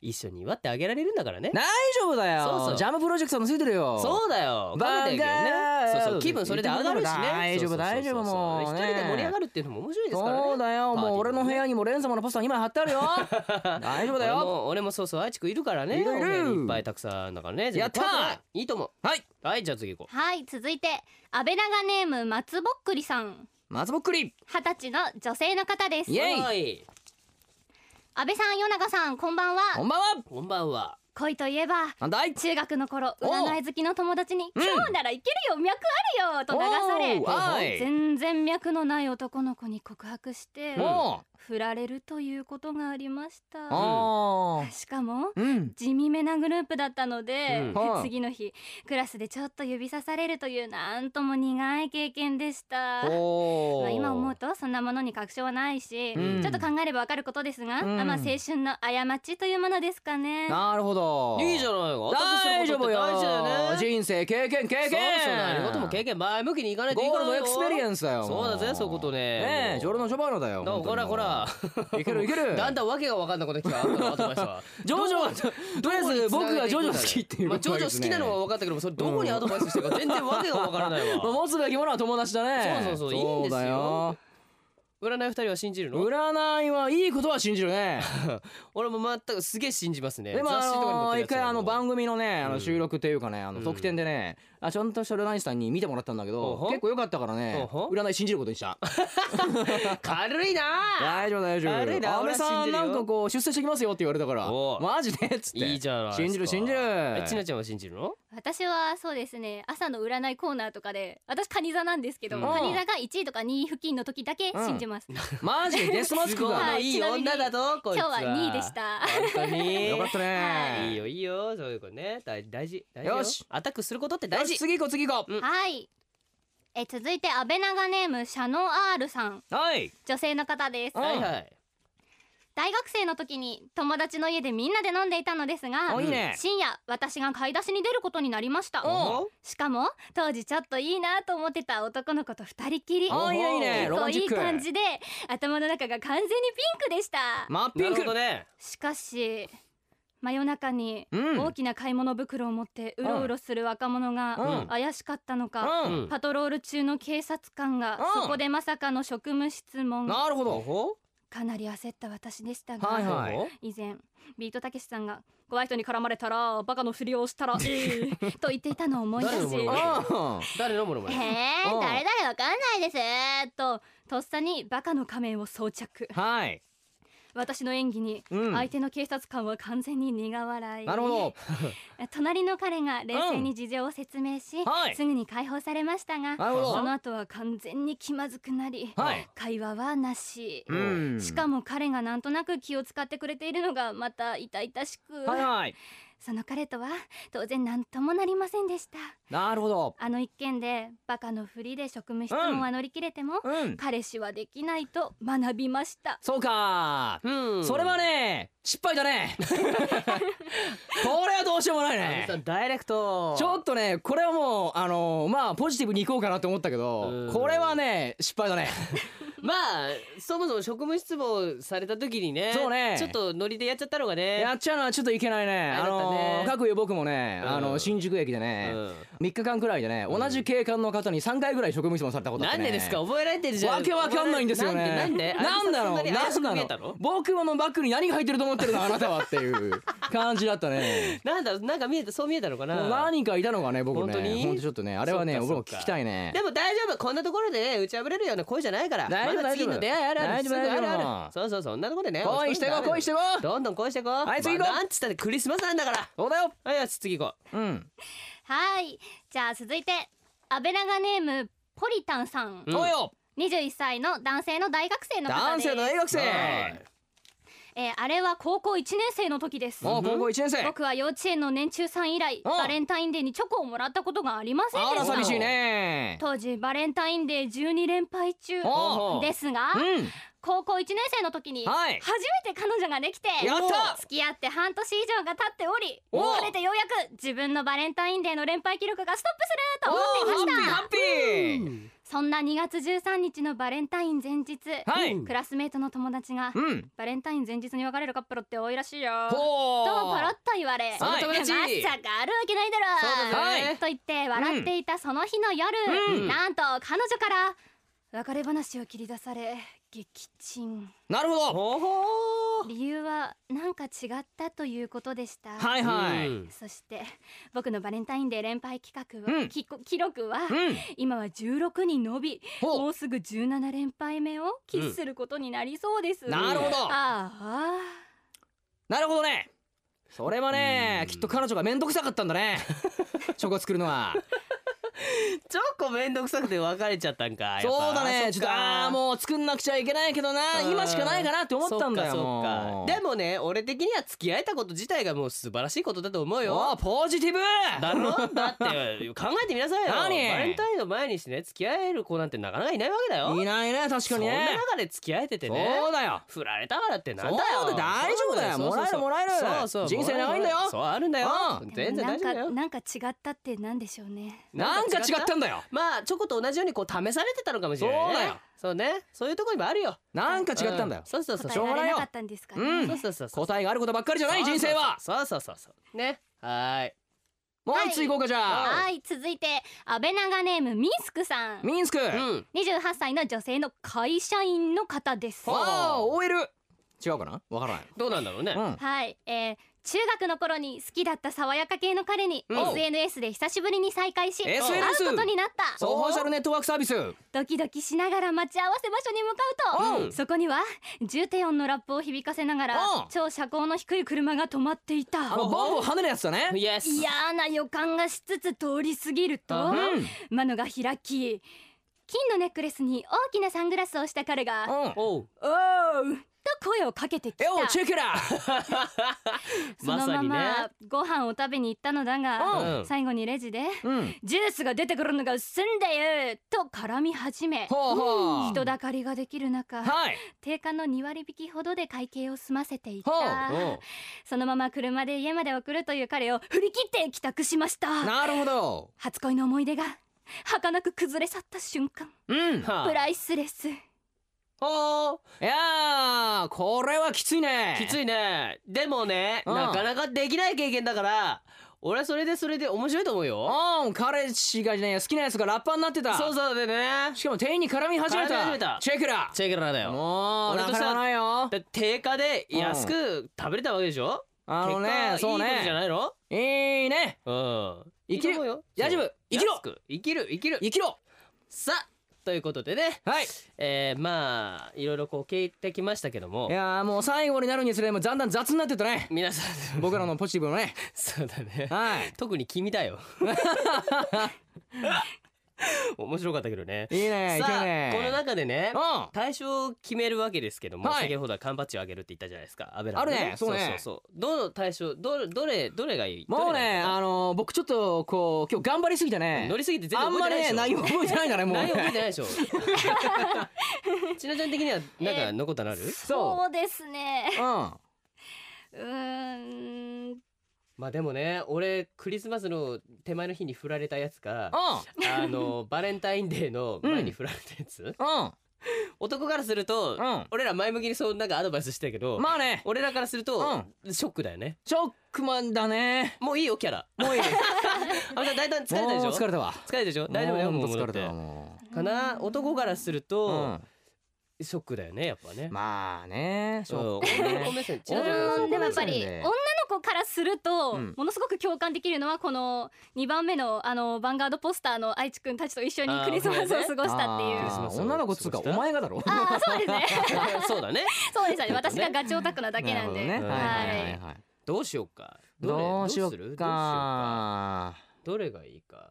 Speaker 3: 一緒に祝ってあげられるんだからね
Speaker 4: 大丈夫だよ
Speaker 3: そうそう
Speaker 4: ジャムプロジェクトのついてるよ
Speaker 3: そうだよかけてあげるねそうそう気分それで上がるしね
Speaker 4: 大丈夫
Speaker 3: そうそうそうそう
Speaker 4: 大丈夫もうね
Speaker 3: 一人で盛り上がるっていうのも面白いですからね
Speaker 4: そうだよ
Speaker 3: パーティー
Speaker 4: もう俺の部屋にもレン様のポスター2枚貼ってある よ大丈夫だ
Speaker 3: 俺
Speaker 4: よ
Speaker 3: も俺もそうそう愛知くんいるからね
Speaker 4: いるいる
Speaker 3: お部屋にいっぱいたくさんあるんだからね
Speaker 4: やったー
Speaker 3: 全然怖くないいいと思う
Speaker 4: はい
Speaker 3: はいじゃあ次行こ
Speaker 6: はい続いて安倍長ネーム松ぼっくりさん
Speaker 4: 松ぼっくり
Speaker 6: 二十歳の女性の方です
Speaker 3: う
Speaker 4: イエイ
Speaker 3: はい
Speaker 6: 安倍さん与永さんこんばん
Speaker 4: こ
Speaker 6: は
Speaker 4: んばんは
Speaker 3: こんばんは
Speaker 6: 恋といえば
Speaker 4: なんだい
Speaker 6: 中学の頃
Speaker 4: おう
Speaker 6: 占い好きの友達に「
Speaker 4: うん
Speaker 6: 今日ならいけるよ脈あるよ」と流さ
Speaker 4: おうは
Speaker 6: れ
Speaker 4: い
Speaker 6: 全然脈のない男の子に告白して
Speaker 4: も
Speaker 6: 振られるということがありまし
Speaker 4: う
Speaker 6: た
Speaker 4: あ
Speaker 6: しかも
Speaker 4: ーうん
Speaker 6: 地味めなグループだったの で、
Speaker 4: うんはい
Speaker 6: 次の日クラスでちょっと指さされるというなんとも苦い経験でした。
Speaker 4: お
Speaker 6: ま
Speaker 4: ー
Speaker 6: あ、今思うとそんなものに確証はないし、
Speaker 4: うん
Speaker 6: ちょっと考えればわかることですが、
Speaker 4: うん
Speaker 6: あまあ青春の過ちというものですかね。
Speaker 4: なるほど
Speaker 3: いいじゃないよ
Speaker 4: 大丈夫よ
Speaker 3: 大事だよね
Speaker 4: 人生経験経験
Speaker 3: そうそう何事も経験前向きにいかないとい
Speaker 4: ゴ
Speaker 3: い
Speaker 4: ー
Speaker 3: から
Speaker 4: ルドエクスペリエンスだよ
Speaker 3: そうだぜそういうことね
Speaker 4: ねえジョルノ・ジョバーノだよ
Speaker 3: だから
Speaker 4: 本当
Speaker 3: こ
Speaker 4: に
Speaker 3: らこら
Speaker 4: いけるいける
Speaker 3: だんだんわけがわかんなくなってきたあんたのアドバイスは
Speaker 4: ジョジ ョとりあえず僕がジョジョ好きっていう
Speaker 3: まあ
Speaker 4: こ
Speaker 3: ジョ
Speaker 4: と
Speaker 3: ジ
Speaker 4: で
Speaker 3: ョ
Speaker 4: す
Speaker 3: 好
Speaker 4: ね
Speaker 3: きなのは分かったけどもそれどこにアドバイスしてるか全 然わけがわからない
Speaker 4: まあ
Speaker 3: わ
Speaker 4: 持つべきものは友達だね
Speaker 3: そうそうそういいんですよ
Speaker 4: そうだよ
Speaker 3: 占い二人は信じるの
Speaker 4: 占いはいいことは信じる ね
Speaker 3: 俺も全くすげえ信じますね
Speaker 4: でもあ
Speaker 3: 雑誌とかに載っ
Speaker 4: の
Speaker 3: てる
Speaker 4: ー
Speaker 3: や
Speaker 4: 一
Speaker 3: つは
Speaker 4: 回あの
Speaker 3: もう
Speaker 4: 番組のねあ
Speaker 3: う
Speaker 4: の
Speaker 3: ん
Speaker 4: 収録っていうかねあ
Speaker 3: う
Speaker 4: の
Speaker 3: ん
Speaker 4: 特典でねあちゃんとした占い師さんに見てもらったんだけ
Speaker 3: ほうほ
Speaker 4: ど
Speaker 3: う
Speaker 4: 結構良かったからね
Speaker 3: ほうほう
Speaker 4: 占い信じることにした
Speaker 3: 軽いな
Speaker 4: 大丈夫大丈
Speaker 3: 悪いな
Speaker 4: 夫安倍さ
Speaker 3: 俺は信じ
Speaker 4: ん
Speaker 3: るよ
Speaker 4: なんかこう出世してきますよって言われたから
Speaker 3: おう
Speaker 4: マジでっつって
Speaker 3: いいじゃないですか
Speaker 4: 信じる信じる
Speaker 3: えちなちゃんは信じるの
Speaker 6: 私はそうですね朝の占いコーナーとかで私蟹座なんですけど
Speaker 3: うん
Speaker 6: 蟹座が1位とか2位付近の時だけ信じます、
Speaker 4: マジでデスマスク
Speaker 6: は
Speaker 4: が
Speaker 6: い
Speaker 3: いい女だぞこいつ
Speaker 6: 今日は2位でした
Speaker 3: 本当に
Speaker 4: よかった
Speaker 3: いい
Speaker 4: ね
Speaker 3: よいいよそういうことね大大事大事
Speaker 4: よし
Speaker 3: アタックすることって
Speaker 4: よ
Speaker 3: 大事
Speaker 4: し次行こう次行こ
Speaker 3: うん
Speaker 6: はいえ続いて安倍長ネームシャノアールさん
Speaker 4: うはい
Speaker 6: 女性の方です
Speaker 4: うん
Speaker 3: はいはい
Speaker 6: 大学生の時に友達の家でみんなで飲んでいたのですが
Speaker 4: おいいね
Speaker 6: 深夜私が買い出しに出ることになりました
Speaker 4: お
Speaker 6: しかも当時ちょっといいなと思ってた男の子と二人きり
Speaker 4: おいいねいいね
Speaker 6: 結
Speaker 4: ロマ
Speaker 6: 構
Speaker 4: ンチ
Speaker 6: い
Speaker 4: ッ
Speaker 6: い
Speaker 4: ク
Speaker 6: 感じで頭の中が完全にピンクでした
Speaker 4: マッ
Speaker 3: な
Speaker 4: ピン
Speaker 3: る
Speaker 4: ク
Speaker 3: ほどね
Speaker 6: しかし真夜中に
Speaker 4: うん
Speaker 6: 大きな買い物袋を持ってうろうろする若者
Speaker 4: う
Speaker 6: が
Speaker 4: ん
Speaker 6: 怪しかったのか、
Speaker 4: う
Speaker 3: うん
Speaker 4: ん
Speaker 6: パトロール中の警察官が
Speaker 4: うん
Speaker 6: そこでまさかの職務質問
Speaker 4: なるほ
Speaker 3: ほ
Speaker 4: ど
Speaker 3: ほ
Speaker 6: かなり焦った私でしたが、
Speaker 4: はいはい
Speaker 6: 以前ビートたけしさんが怖い人に絡まれたらバカのふりをし たらええと言っていたのを思い出
Speaker 3: 誰の
Speaker 6: し
Speaker 3: ものまね
Speaker 4: あ
Speaker 3: 誰のものま
Speaker 6: へ
Speaker 3: ね
Speaker 6: え
Speaker 4: うん
Speaker 6: 誰々わかんないですととっさにバカの仮面を装着
Speaker 4: あはい
Speaker 6: 私の演技に
Speaker 4: うん
Speaker 6: 相手の警察官は完全に苦笑い、
Speaker 4: なるほど
Speaker 6: 隣の彼が冷静に事情を説明し、
Speaker 4: はい
Speaker 6: すぐに解放されましたが
Speaker 4: なるほど
Speaker 6: その後は完全に気まずくなり、
Speaker 4: はい
Speaker 6: 会話はなし、
Speaker 4: うん
Speaker 6: しかも彼がなんとなく気を使ってくれているのがまた痛々しく、
Speaker 4: はいはい
Speaker 6: その彼とは当然何ともなりませんでした
Speaker 4: なるほど
Speaker 6: あの一件でバカのふりで職務質問は乗り切れても、
Speaker 4: うん
Speaker 6: 彼氏はできないと学びました
Speaker 4: そうか
Speaker 3: うん
Speaker 4: それはね失敗だねこれはどうしようもない
Speaker 3: 安部さ
Speaker 4: ね
Speaker 3: んダイレクト
Speaker 4: ちょっとねこれはもうあのーまあポジティブにいこうかなと思ったけ
Speaker 3: う
Speaker 4: ど
Speaker 3: ん
Speaker 4: これはね失敗だね
Speaker 3: まあそもそも職務失望された時にね
Speaker 4: そうね
Speaker 3: ちょっとノリでやっちゃったのがね
Speaker 4: やっちゃうのはちょっといけないね
Speaker 3: あ
Speaker 4: あ
Speaker 3: れだった
Speaker 4: の
Speaker 3: ね
Speaker 4: ー各有僕もね
Speaker 3: うん
Speaker 4: あの新宿駅でね3日間くらいでね同じ警官の方に3回ぐらい職務質問された
Speaker 3: う
Speaker 4: こ
Speaker 3: ん、
Speaker 4: とあっ
Speaker 3: な
Speaker 4: て
Speaker 3: ん
Speaker 4: ね
Speaker 3: でですか覚えられてるじゃん
Speaker 4: わけわかんないんですよね
Speaker 3: なんでな
Speaker 4: なん
Speaker 3: で
Speaker 4: んだろう
Speaker 3: 安部さんそ
Speaker 4: な
Speaker 3: なに
Speaker 4: ん
Speaker 3: 怪し
Speaker 4: だ
Speaker 3: く見えた
Speaker 4: ろ
Speaker 3: の
Speaker 4: う僕ものバッグに何が入ってると思ってるのあなたはっていう感じだったね
Speaker 3: なんだろうなんか見えた そう見えたのか
Speaker 4: もう
Speaker 3: な
Speaker 4: 何かいたのかね僕ね
Speaker 3: 本当に
Speaker 4: ほんとちょっとねあれはね
Speaker 3: そっか
Speaker 4: 僕
Speaker 3: そ
Speaker 4: も
Speaker 3: っか
Speaker 4: 聞きたいね
Speaker 3: でも大丈夫こんなところでね打ち破れるような恋じゃないから
Speaker 4: 大丈夫
Speaker 3: まだ次
Speaker 4: 大丈
Speaker 3: の
Speaker 4: 夫
Speaker 3: 出会いあるあ
Speaker 4: 大
Speaker 3: る
Speaker 4: 丈
Speaker 3: す
Speaker 4: 夫
Speaker 3: ぐあ
Speaker 4: 大
Speaker 3: る
Speaker 4: 丈
Speaker 3: ある
Speaker 4: 夫
Speaker 3: そうそうそうそんなところでね
Speaker 4: 恋してこう恋してこう
Speaker 3: どんどん恋してこう
Speaker 4: はい次行こう
Speaker 3: まあなんつったってクリスマスなんだから
Speaker 4: そうだよ
Speaker 3: はいよし次行こ
Speaker 4: うん
Speaker 6: はいじゃあ続いて安倍長ネームポリタンさん、
Speaker 3: うん
Speaker 4: おうよ
Speaker 6: 21歳の男性の大学生の方
Speaker 4: 男
Speaker 6: です
Speaker 4: 性の大学
Speaker 3: う
Speaker 4: 生
Speaker 3: はい
Speaker 6: えーあれは高校1年生の時です
Speaker 4: もう高校1年生
Speaker 6: 僕は幼稚園の年中さん以来
Speaker 4: うん
Speaker 6: バレンタインデーにチョコをもらったことがありません
Speaker 4: あ
Speaker 6: で
Speaker 4: ら
Speaker 6: し
Speaker 4: 寂
Speaker 6: た
Speaker 4: しいね
Speaker 6: 当時バレンタインデー12連敗中
Speaker 4: おう
Speaker 6: ですが
Speaker 4: うん
Speaker 6: 高校1年生の時に初
Speaker 4: は
Speaker 6: め
Speaker 4: い
Speaker 6: て彼女ができて
Speaker 4: やった
Speaker 6: 付き合って半年以上が経っており
Speaker 4: お
Speaker 6: これでようやく自分のバレンタインデーの連敗記録がストップすると思っていました
Speaker 4: ハッピーハッピ
Speaker 6: そんな2月13日のバレンタイン前日、
Speaker 4: ーはい
Speaker 6: クラスメートの友達が、
Speaker 4: うん
Speaker 6: バレンタイン前日に別れるカップルって多いらしいよ
Speaker 4: ほ
Speaker 6: と
Speaker 4: う
Speaker 6: パラッと言われ、
Speaker 4: その友
Speaker 6: ま
Speaker 4: 達
Speaker 6: さかあるわけないだ
Speaker 4: そう
Speaker 6: ろ
Speaker 4: だねはい
Speaker 6: と言って笑っていたその日の夜、
Speaker 4: うん
Speaker 6: なんと彼女から別れ話を切り出され撃沈
Speaker 4: なるほど
Speaker 3: ほほー
Speaker 6: 理由はなんか違ったということでした、
Speaker 4: はいはい
Speaker 3: うん
Speaker 4: うん
Speaker 6: そして僕のバレンタインデー連敗企画は、
Speaker 4: うん
Speaker 6: き記録は、今は16に伸び
Speaker 4: ほう
Speaker 6: もうすぐ17連敗目を喫することになりそうです、
Speaker 4: なるほど
Speaker 6: ああ
Speaker 4: なるほどねそれはね
Speaker 3: うん
Speaker 4: きっと彼女が面倒くさかったんだ ねチョコ作るのは
Speaker 3: チョコめんどくさくて別れちゃったんかやっぱ
Speaker 4: そうだねち
Speaker 3: そ
Speaker 4: ょっとああーもう作んなくちゃいけないけどな
Speaker 3: うん
Speaker 4: 今しかないかなって思ったんだよ
Speaker 3: そっかそっか
Speaker 4: もう
Speaker 3: でもね俺的には付き合えたこと自体がもう素晴らしいことだと思う
Speaker 4: お
Speaker 3: よ
Speaker 4: ーポジティブ
Speaker 3: だろだって考えてみなさいよバ
Speaker 4: 何
Speaker 3: レンタインの前にしてね付き合える子なんてなかなかいないわけだよ
Speaker 4: いないね確かに
Speaker 3: そん
Speaker 4: ね
Speaker 3: な中で付き合えててね
Speaker 4: そうだよ
Speaker 3: 振られたからってなんだ
Speaker 4: そ
Speaker 3: よ
Speaker 4: うだ大丈夫だよ
Speaker 3: そうそうそう
Speaker 4: もらえるもらえる
Speaker 3: そうそう
Speaker 4: 人生長いんだよ
Speaker 3: そうあるんだよ
Speaker 4: うん
Speaker 3: 全然大丈夫だ
Speaker 6: でも
Speaker 3: よ
Speaker 6: なんかなんか違ったってなんでしょうね
Speaker 4: なんか違ったんだよ
Speaker 3: まあチョコと同じようにこう試されてたのかもしれないね
Speaker 4: そうだよ
Speaker 3: そうねそういうとこにもあるよ
Speaker 4: なんか違ったんだよ
Speaker 3: うそうそうそう
Speaker 6: 答
Speaker 4: しょう
Speaker 6: え
Speaker 4: がな
Speaker 6: ら
Speaker 4: い
Speaker 6: れ
Speaker 4: よ
Speaker 6: なかったんですかね、
Speaker 4: うん
Speaker 3: そうそうそうそう
Speaker 4: 答えがあることばっかりじゃない人生は
Speaker 3: そうそうそうそうねはーい
Speaker 4: もう一つ行こうかじゃあ
Speaker 6: はい続いて安倍長ネームミンスクさん
Speaker 4: ミンスク
Speaker 3: うん
Speaker 6: 28歳の女性の会社員の方です
Speaker 4: わあ OL 違うかなわからない
Speaker 3: どうなんだろうね
Speaker 4: うん
Speaker 6: はい、えー中学の頃に好きだった爽やか系の彼に
Speaker 4: うん
Speaker 6: SNS で久しぶりに再会し会
Speaker 4: SNS
Speaker 6: うことになった
Speaker 4: ソーシャルネットワークサービス
Speaker 6: ドキドキしながら待ち合わせ場所に向かうと、
Speaker 3: うん
Speaker 6: そこには重低音のラップを響かせながら
Speaker 4: うん
Speaker 6: 超車高の低い車が止まっていた
Speaker 4: あのボンボン跳ねるやつだね
Speaker 3: イエス
Speaker 6: 嫌な予感がしつつ通り過ぎると窓が開き金のネックレスに大きなサングラスをした彼が
Speaker 4: うん
Speaker 3: おう
Speaker 6: 「おう!」と声をかけてきた
Speaker 4: えおチェケラ
Speaker 6: そのままご飯を食べに行ったのだ
Speaker 3: う
Speaker 6: が
Speaker 3: ん
Speaker 6: 最後にレジで
Speaker 4: うん
Speaker 6: 「ジュースが出てくるのが薄んだよ!」と絡み始め
Speaker 4: ほうほう
Speaker 6: 人だかりができる中
Speaker 4: はい
Speaker 6: 定価の2割引きほどで会計を済ませてい
Speaker 4: ほ
Speaker 6: た
Speaker 3: う
Speaker 6: そのまま車で家まで送るという彼を振り切って帰宅しました
Speaker 4: なるほど
Speaker 6: 初恋の思い出が儚く崩れ去った瞬間
Speaker 4: うん
Speaker 3: はあ
Speaker 6: プライスレス
Speaker 3: ほ
Speaker 4: いやーこれはきついね
Speaker 3: うきついねでもね
Speaker 4: うん
Speaker 3: なかなかできない経験だから俺はそれでそれで面白いと思うよ
Speaker 4: うん彼氏がね好きなやつがラッパーになってた
Speaker 3: そうそうだね
Speaker 4: しかも店員に絡み始めた
Speaker 3: 絡み始めた
Speaker 4: チェクラ
Speaker 3: チェケラだよ
Speaker 4: もう
Speaker 3: 俺
Speaker 4: な
Speaker 3: と
Speaker 4: か
Speaker 3: しては
Speaker 4: なかないよ
Speaker 3: だって定価で安く食べれたわけでしょ
Speaker 4: あのね
Speaker 3: 結果
Speaker 4: そう
Speaker 3: いいことじゃ
Speaker 4: ね
Speaker 3: ないの
Speaker 4: いいね
Speaker 3: うん
Speaker 4: 生きる
Speaker 3: いいと思うよ
Speaker 4: 大丈夫
Speaker 3: そう
Speaker 4: 生きろ
Speaker 3: 安く生きる生きる
Speaker 4: 生きろ
Speaker 3: さあということでね
Speaker 4: はい
Speaker 3: えー、まあいろいろこう聞いてきましたけども
Speaker 4: いやーもう最後になるにつれもうだんだん雑になってったね
Speaker 3: 皆さん
Speaker 4: 僕らのポジティブのね
Speaker 3: そうだね
Speaker 4: はい
Speaker 3: 特に君 だよ面白かったけどね
Speaker 4: いいねいけ
Speaker 3: さ
Speaker 4: る
Speaker 3: あ
Speaker 4: ね
Speaker 3: この中でね
Speaker 4: うん
Speaker 3: 対象を決めるわけですけども、
Speaker 4: はい
Speaker 3: 先ほどは缶バッジをあげるって言ったじゃないですか。あべ
Speaker 4: あるねそうね
Speaker 3: そうそうどの対象どれどれどれがいい。
Speaker 4: もう
Speaker 3: どれがい
Speaker 4: ね
Speaker 3: い
Speaker 4: あのー僕ちょっとこう今日頑張りすぎてね
Speaker 3: 乗りすぎて全
Speaker 4: あん
Speaker 3: 然覚
Speaker 4: ま
Speaker 3: えて
Speaker 4: り
Speaker 3: ないで
Speaker 4: ね内
Speaker 3: しょ。
Speaker 4: 容覚えてない からねもう
Speaker 3: 内容覚え
Speaker 4: ね
Speaker 3: てないで しょ。ちなちゃん的にはなんか残ったのある？
Speaker 4: そ
Speaker 6: そうですね
Speaker 4: ううん
Speaker 6: うーん
Speaker 3: まあでもね、俺クリスマスの手前の日に振られたやつか。
Speaker 4: う
Speaker 3: あのバレンタインデーの前に振られたやつ、
Speaker 4: ん
Speaker 3: 男からする
Speaker 4: う
Speaker 3: と、
Speaker 4: ん
Speaker 3: 俺ら前向きにそうなんかアドバイスしてたけど、
Speaker 4: うんまあね
Speaker 3: 俺らからすると、ショックだよね
Speaker 4: ショックマンだね
Speaker 3: もういいよキャラもういい あんた大体疲れたでし
Speaker 4: も
Speaker 3: ょ
Speaker 4: う疲れたわ
Speaker 3: 疲れたでしょ大丈夫だよ
Speaker 4: も
Speaker 3: も
Speaker 4: う
Speaker 3: う
Speaker 4: 疲
Speaker 3: 戻っ
Speaker 4: れたわ
Speaker 3: て
Speaker 4: も
Speaker 3: かな男からする
Speaker 4: う、う
Speaker 3: と
Speaker 4: ん、
Speaker 3: ショックだよねやっぱね
Speaker 4: まあねショック
Speaker 3: うん
Speaker 4: ね
Speaker 3: 男目線ち
Speaker 6: う
Speaker 3: なちゃんからす
Speaker 6: ー
Speaker 3: る
Speaker 6: ん
Speaker 4: そうだよね
Speaker 3: と
Speaker 6: でもやっぱり女の子からすると、
Speaker 4: うん
Speaker 6: ものすごく共感できるのはこの2番目のあのヴァンガードポスターの愛知くんたちと一緒に
Speaker 3: あー
Speaker 6: クリスマスを
Speaker 3: これね
Speaker 6: 過ごしたってい
Speaker 4: あー
Speaker 6: う
Speaker 3: クリスマスを
Speaker 4: 女の子っつうかお前がだろ
Speaker 6: ああそうで すね
Speaker 3: そうだね
Speaker 6: そうでしたね私がガチオタクなだけなんで、
Speaker 4: なるほどねはい
Speaker 6: は
Speaker 4: はいいはいはい
Speaker 3: どうしようかれ
Speaker 4: どうしよ
Speaker 3: どす
Speaker 4: う
Speaker 3: るどうしようか
Speaker 4: か
Speaker 3: どれがいいか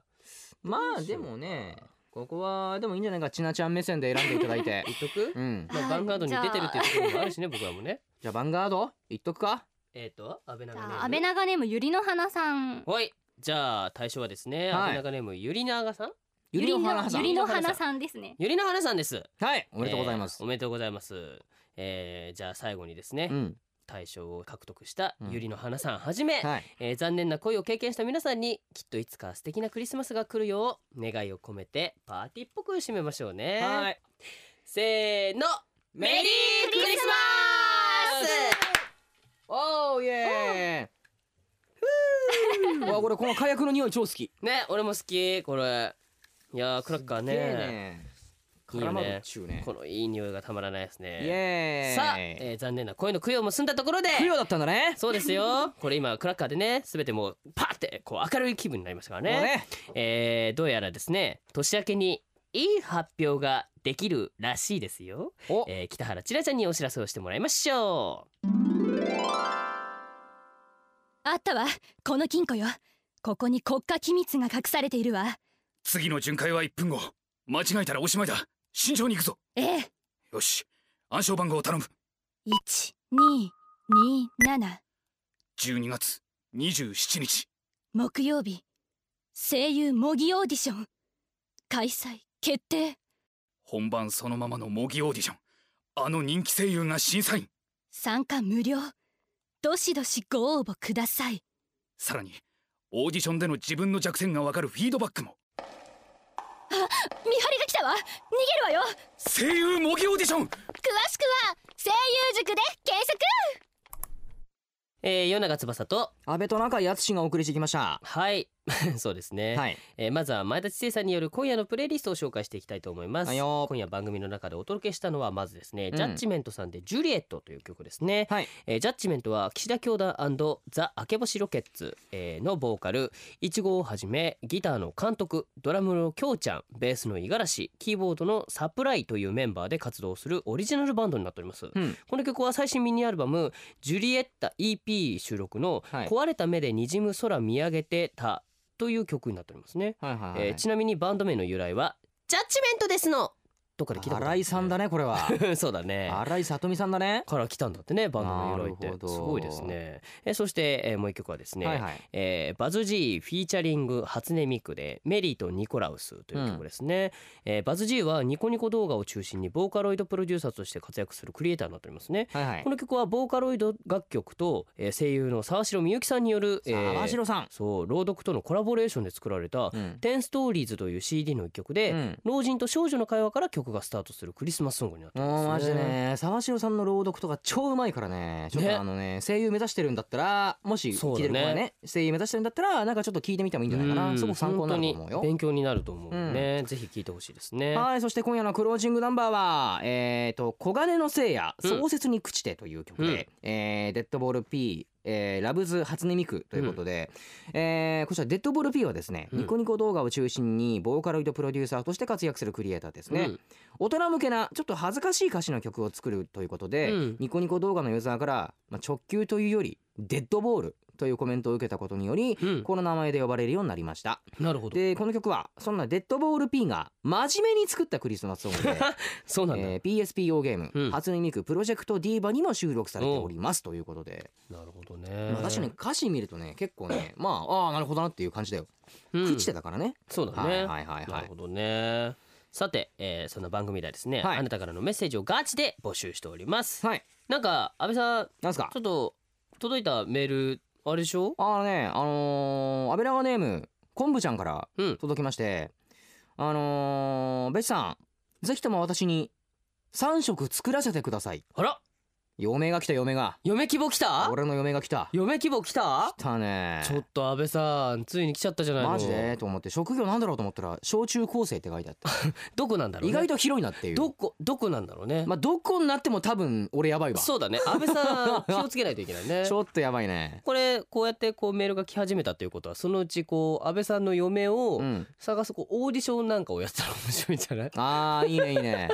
Speaker 4: まあでもねここはでもいいんじゃないかちなちゃん目線で選んでいただい て
Speaker 3: 言っとく
Speaker 4: うん
Speaker 3: まあバンガードに出てるっていうところもあるしね僕らもね
Speaker 4: じゃあヴァンガード言っとくか
Speaker 3: えっと安倍
Speaker 6: じ
Speaker 3: 長
Speaker 6: ゃ
Speaker 3: ネー
Speaker 6: あ
Speaker 3: ム
Speaker 6: 安倍長ネームゆりの花さん
Speaker 3: はいじゃあ対象はです
Speaker 4: は
Speaker 3: ね
Speaker 4: い
Speaker 3: 安倍長ネームゆりながさん
Speaker 4: ゆりの花さん
Speaker 6: ゆりの花さんですね
Speaker 3: ゆりなはなさんです
Speaker 4: はいおめでとうございます
Speaker 3: えーおめでとうございますえーじゃあ最後にですね
Speaker 4: うん
Speaker 3: 大賞を獲得した
Speaker 4: うん
Speaker 3: ゆりの花さんはじめ、
Speaker 4: はい
Speaker 3: えー残念な恋を経験した皆さんにきっといつか素敵なクリスマスが来るよう願いを込めてパーティーっぽく締めましょうね、
Speaker 4: はい
Speaker 3: せーのメリークリスマ
Speaker 4: おーイエー イわこれこの火薬の匂い超好き
Speaker 3: スね俺も好きこれいやークラッカーね
Speaker 4: すっげーね
Speaker 3: いいよ
Speaker 4: 絡まる
Speaker 3: ね
Speaker 4: っちゅうね
Speaker 3: このいい匂いがたまらないです
Speaker 4: イ
Speaker 3: ね
Speaker 4: エーイ
Speaker 3: さあ、えー残念な恋の供養も済んだところで
Speaker 4: 不良だったんだね
Speaker 3: そうですよこれ今クラッカーでね全てもうパーってこう明るい気分になりましたか
Speaker 4: も
Speaker 3: ら
Speaker 4: うね
Speaker 3: えーどうやらですね年明けにいい発表ができるらしいですよ、
Speaker 4: お
Speaker 3: えー北原千奈ちゃんにお知らせをしてもらいましょ
Speaker 6: あったわこの金庫よここに国家機密が隠されているわ
Speaker 7: 次の巡回は1分後間違えたらおしまいだ慎重に行くぞ
Speaker 6: ええ
Speaker 7: よし暗証番号を頼む
Speaker 6: 1227
Speaker 7: 12月27日
Speaker 6: 木曜日声優模擬オーディション開催決定
Speaker 7: 本番そのままの模擬オーディションあの人気声優が審査員
Speaker 6: 参加無料どしどしご応募ください
Speaker 7: さらにオーディションでの自分の弱点がわかるフィードバックも
Speaker 6: 見張りが来たわ逃げるわよ
Speaker 7: 声優模擬オーディション
Speaker 6: 詳しくは声優塾で検索
Speaker 3: う、えー、与永翼と
Speaker 4: 安倍と中井敦がお送りしてきました
Speaker 3: はい そうですね、
Speaker 4: はい
Speaker 3: えーまずは前田知世さんによる今夜のプレイリストを紹介していきたいと思います
Speaker 4: はいよ
Speaker 3: 今夜番組の中でお届けしたのはまずですね、
Speaker 4: うん
Speaker 3: ジャッジメントさんで「ジュリエット」という曲ですね、
Speaker 4: はい
Speaker 3: えージャッジメントは岸田教団ザ・明け星ロケッツ、えーのボーカルいちごをはじめギターの監督ドラムのきょうちゃんベースの五十嵐キーボードのサプライというメンバーで活動するオリジナルバンドになっております、
Speaker 4: うん
Speaker 3: この曲は最新ミニアルバム「ジュリエッタ EP」収録の「
Speaker 4: はい
Speaker 3: 壊れた目でにじむ空見上げてた」という曲になっておりますね、
Speaker 4: はいはい
Speaker 3: えーちなみにバンド名の由来は「ジャッジメントですの」どっかで聞いたことあ
Speaker 4: 新
Speaker 3: る
Speaker 4: 井さんだねこれは
Speaker 3: そうだね
Speaker 4: 新井さとみさんだね
Speaker 3: から来たんだってねバンドの由
Speaker 4: な
Speaker 3: 来っ
Speaker 4: るほ
Speaker 3: て
Speaker 4: ど
Speaker 3: すごいですねえーそして、えーもう一曲はですね、
Speaker 4: はいはい
Speaker 3: えーバズ G フィーチャリング初音ミクで「メリーとニコラウス」という曲ですね、えーバズ G はニコニコ動画を中心にボーカロイドプロデューサーとして活躍するクリエイターになっておりますね
Speaker 4: はいはい
Speaker 3: この曲はボーカロイド楽曲と、えー声優の沢城みゆきさんによる、えー
Speaker 4: 沢城さん
Speaker 3: そう朗読とのコラボレーションで作られた
Speaker 4: うん
Speaker 3: 「テンストーリーズという CD の一曲で、
Speaker 4: うん
Speaker 3: 老人と少女の会話から曲曲がスタートするクリスマスソングになって
Speaker 4: もう
Speaker 3: ま
Speaker 4: マ
Speaker 3: す
Speaker 4: ジで
Speaker 3: ね
Speaker 4: ね沢城さんの朗読とか超うまいからねちょっ
Speaker 3: ね
Speaker 4: とあのね声優目指してるんだったらもし
Speaker 3: そう
Speaker 4: 聞い
Speaker 3: だね
Speaker 4: てる子がね声優目指してるんだったらなんかちょっと聞いてみてもいいんじゃないか
Speaker 3: う
Speaker 4: なんすごく参考になると思う
Speaker 3: 本当に
Speaker 4: よ
Speaker 3: 勉強になると思うね、ぜひ聞いてほしいですね
Speaker 4: はいそして今夜のクロージングナンバーはえーと「黄金の聖夜
Speaker 3: うん
Speaker 4: 創設に朽ちて」という曲で、えーデッドボール P えーラブズ初音ミクということで、えーこちらデッドボール P はですね、
Speaker 3: うん
Speaker 4: ニコニコ動画を中心にボーカロイドプロデューサーとして活躍するクリエイターですね、
Speaker 3: うん
Speaker 4: 大人向けなちょっと恥ずかしい歌詞の曲を作るということで、
Speaker 3: うん
Speaker 4: ニコニコ動画のユーザーから、まあ、直球というよりデッドボールというコメントを受けたことにより、
Speaker 3: うん
Speaker 4: この名前で呼ばれるようになりました
Speaker 3: なるほど
Speaker 4: でこの曲はそんなデッドボール P が真面目に作ったクリスマスソングで、
Speaker 3: そう なんだ、
Speaker 4: えー PSP 用ゲーム、
Speaker 3: うん
Speaker 4: 初音ミクプロジェクト DIVA にも収録されておりますということで、
Speaker 3: なるほどね、
Speaker 4: まあ確かに歌詞見るとね結構ねまあああなるほどなっていう感じだよ、
Speaker 3: うん
Speaker 4: 朽ちてたからね
Speaker 3: そうだ
Speaker 4: は
Speaker 3: ね、
Speaker 4: いはいはいはい
Speaker 3: なるほどねさて、えーそんな番組ではですね、
Speaker 4: はい
Speaker 3: あなたからのメッセージをガチで募集しております
Speaker 4: はい
Speaker 3: なんか安倍さん
Speaker 4: なんすか
Speaker 3: ちょっと届いたメールあれでしょ
Speaker 4: あのねあのー、アベラガネーム昆布ちゃんから
Speaker 3: うん
Speaker 4: 届きまして、あのー、ベチさんぜひとも私に3食作らせてください
Speaker 3: あら
Speaker 4: 嫁が来た嫁が
Speaker 3: 嫁希望来た
Speaker 4: 俺の嫁が来た来
Speaker 3: 嫁希望来た
Speaker 4: たね
Speaker 3: ちょっと安倍さんついに来ちゃったじゃないの
Speaker 4: マジでと思って職業なんだろうと思ったら小中高生って書いてあった、
Speaker 3: どこなんだろう、
Speaker 4: 意
Speaker 3: ね、
Speaker 4: 外と広いなっていう
Speaker 3: どこどこなんだろうね、
Speaker 4: まあどこになっても多分俺やばいわ
Speaker 3: そうだね安倍さん気をつけないとい けないね
Speaker 4: ちょっとやばいね
Speaker 3: これこうやってこうメールが来始めたということはそのうちこう安倍さんの嫁を
Speaker 4: うん
Speaker 3: 探すこうオーディションなんかをやったら面白いんじゃない、
Speaker 4: あーいいねいい ね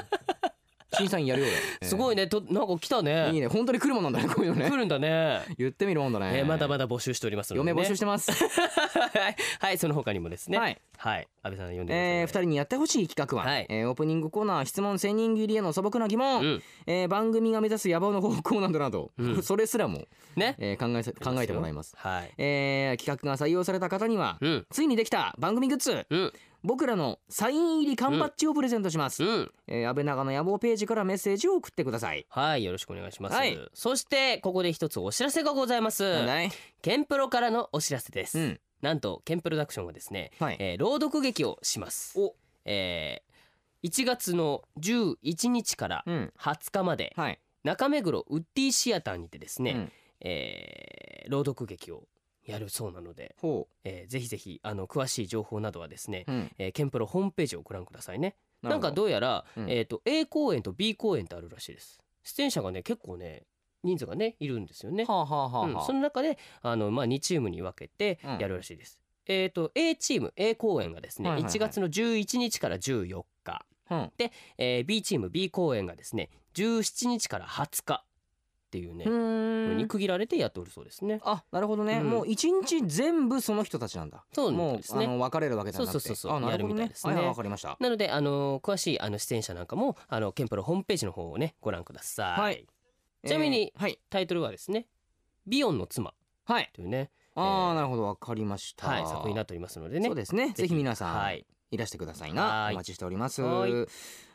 Speaker 4: 審査員やるよ
Speaker 3: すごい
Speaker 4: ね、
Speaker 3: ねとなんか来た
Speaker 4: えー
Speaker 3: ね
Speaker 4: いいね本当に来るもんなんだねこういうのね
Speaker 3: 来るんだね、
Speaker 4: 言ってみるもんだね、
Speaker 3: えーまだまだ募集しておりますので、ね、
Speaker 4: 嫁募集してます、
Speaker 3: はいはいその他にもですね
Speaker 4: はい、
Speaker 3: はい、安倍さん呼んでください、
Speaker 4: えー、2人にやってほしい企画は、
Speaker 3: はい
Speaker 4: えーオープニングコーナー質問千人切りへの素朴な疑問、
Speaker 3: うん
Speaker 4: えー番組が目指す野望の方向などなど、
Speaker 3: う ん
Speaker 4: それすらも、
Speaker 3: ね
Speaker 4: えー考えさ考えてもらいます
Speaker 3: はい
Speaker 4: えー企画が採用された方には、
Speaker 3: うん
Speaker 4: ついにできた番組グッズ、
Speaker 3: うん
Speaker 4: 僕らのサイン入り缶バッジをプレゼントします、
Speaker 3: うん
Speaker 4: えー安倍長の野望ページからメッセージを送ってください
Speaker 3: はいよろしくお願いします、
Speaker 4: はい
Speaker 3: そしてここで一つお知らせがございます
Speaker 4: なんだい
Speaker 3: ケンプロからのお知らせです、
Speaker 4: うん
Speaker 3: なんとケンプロダクションはですね、
Speaker 4: はい
Speaker 3: えー朗読劇をします
Speaker 4: お
Speaker 3: えー1月の11日から
Speaker 4: うん
Speaker 3: 20日まで
Speaker 4: はい
Speaker 3: 中目黒ウッディシアターにてですね、
Speaker 4: うん
Speaker 3: えー朗読劇をやるそうなので、
Speaker 4: ほ
Speaker 3: えーぜひぜひあの詳しい情報などはですね
Speaker 4: う、、うん、
Speaker 3: えーケンプロホームページをご覧くださいね
Speaker 4: な
Speaker 3: な
Speaker 4: るほど
Speaker 3: んかどうやら、
Speaker 4: うん
Speaker 3: えー、と A 公演と B 公演ってあるらしいです出演者がね結構ね人数がねいるんですよね
Speaker 4: はあはあはあはあ、
Speaker 3: うんその中であの、まあ、2チームに分けて
Speaker 4: うん
Speaker 3: やるらしいです。えー、と A チーム A 公演がですね、
Speaker 4: はいはいはい
Speaker 3: 1月の11日から14日、
Speaker 4: うん
Speaker 3: で、えー B チーム B 公演がですね17日から20日っていうね、
Speaker 4: う
Speaker 3: ふう
Speaker 4: ー
Speaker 3: に
Speaker 4: ん
Speaker 3: 区切られてやっておるそうですね。
Speaker 4: あなるほどね、
Speaker 3: うん
Speaker 4: もう一日全部その人たちなんだ
Speaker 3: そうなん
Speaker 4: もう
Speaker 3: ですね
Speaker 4: あの別れるわけじゃなくて
Speaker 3: そうそうそうそう
Speaker 4: あなるほど
Speaker 3: やるみたい
Speaker 4: ね
Speaker 3: ですね
Speaker 4: はいはいわかりました
Speaker 3: なので、あの詳しいあの出演者なんかもあのケンプロホームページの方をねご覧ください。
Speaker 4: はい
Speaker 3: ちなみに
Speaker 4: えーはい
Speaker 3: タイトルはですね「ビヨンの妻
Speaker 4: はい」
Speaker 3: というね,、
Speaker 4: あ
Speaker 3: え
Speaker 4: あ
Speaker 3: ー
Speaker 4: なるほどわかりました、
Speaker 3: はい、作品になっておりますのでね。
Speaker 4: そうですねぜひ皆さん、
Speaker 3: はい
Speaker 4: いらしてください
Speaker 3: は
Speaker 4: ないお待ちしております
Speaker 3: はい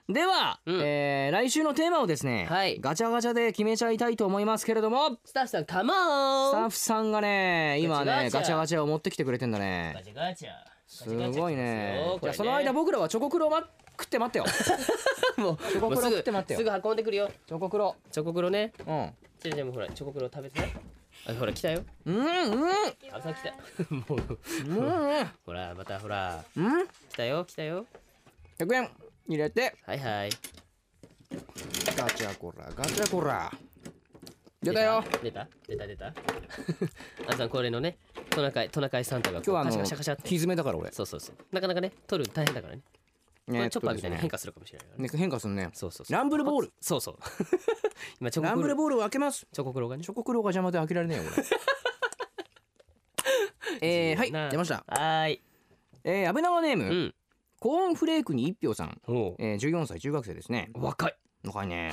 Speaker 4: では、
Speaker 3: うん
Speaker 4: えー来週のテーマをですね、
Speaker 3: はい
Speaker 4: ガチャガチャで決めちゃいたいと思いますけれども
Speaker 3: スタッフさんカ
Speaker 4: ス
Speaker 3: モン
Speaker 4: タッフさんがね今ねガチ
Speaker 3: ガチ
Speaker 4: ャ
Speaker 3: ャ
Speaker 4: ガ
Speaker 3: ガ
Speaker 4: チャを持ってきてくれてんだ
Speaker 3: ガ
Speaker 4: ね
Speaker 3: チャガチャ。
Speaker 4: すごいね
Speaker 3: こ
Speaker 4: じゃ
Speaker 3: れ
Speaker 4: あその間僕らはチョコクロま食って待ってよ
Speaker 3: も
Speaker 4: チョコ
Speaker 3: も
Speaker 4: クロ
Speaker 3: うす
Speaker 4: 食
Speaker 3: ぐ
Speaker 4: って待ってよ
Speaker 3: すぐ運んでくるよ。
Speaker 4: チョコクロ
Speaker 3: チョコクロね。
Speaker 4: うんうん
Speaker 3: ちょちょもうほらチョコクロ食べてない。あほら来たよ。
Speaker 4: うん
Speaker 3: あさ来た。 もう
Speaker 4: うん
Speaker 3: ほらまたほら
Speaker 4: うん
Speaker 3: 来たよ来たよ。
Speaker 4: 100円入れて
Speaker 3: はいはい。
Speaker 4: ガチャコラガチャコラ出たよ
Speaker 3: 出た出た出た。 あさんこれのねトナカイトナカイサンタがこう
Speaker 4: 今日はあ
Speaker 3: カシャ
Speaker 4: の
Speaker 3: カシャカシャって。
Speaker 4: ひずめだから俺
Speaker 3: そうそうそう。なかなかね取るの大変だからね。これ
Speaker 4: ね
Speaker 3: チョッパーみたいに変
Speaker 4: ね
Speaker 3: 化するかもしれないからね。
Speaker 4: 変化するね
Speaker 3: そうそうそう。
Speaker 4: ランブルボール
Speaker 3: そうそう。 今チョ
Speaker 4: ラン
Speaker 3: コ
Speaker 4: ブ
Speaker 3: ク
Speaker 4: ル
Speaker 3: ロ
Speaker 4: ボールを開けます
Speaker 3: チョコクロがね
Speaker 4: チ。ョコクロが邪魔で開けられねえよ 俺えー、はい
Speaker 3: な
Speaker 4: 出ました
Speaker 3: はーい。
Speaker 4: えー、安倍長ネーム、
Speaker 3: うん。
Speaker 4: コーンフレークに一票さん、
Speaker 3: おう
Speaker 4: えー、14歳中学生ですね
Speaker 3: 若い。
Speaker 4: 若い ね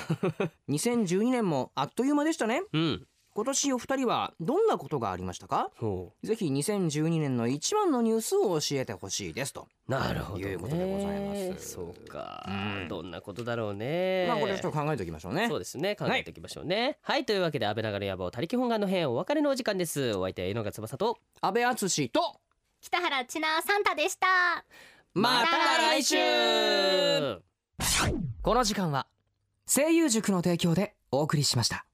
Speaker 4: 2012年もあっという間でしたね
Speaker 3: うん。
Speaker 4: 今年お二人はどんなことがありましたか
Speaker 3: おう
Speaker 4: ぜひ2012年の一番のニュースを教えてほしいですと
Speaker 3: なるほど、ね、
Speaker 4: いうことでございます
Speaker 3: そうか、
Speaker 4: うん
Speaker 3: どんなことだろうね。
Speaker 4: まあこれちょっと考えておきましょうね
Speaker 3: そうですね考えていきましょうねはい、というわけで安倍長の野望他力本願の編お別れのお時間ですお相手は江野が翼と
Speaker 4: 安倍敦と
Speaker 8: 北原千奈サンタでした
Speaker 4: ま
Speaker 8: た来週
Speaker 4: この時間は声優塾の提供でお送りしました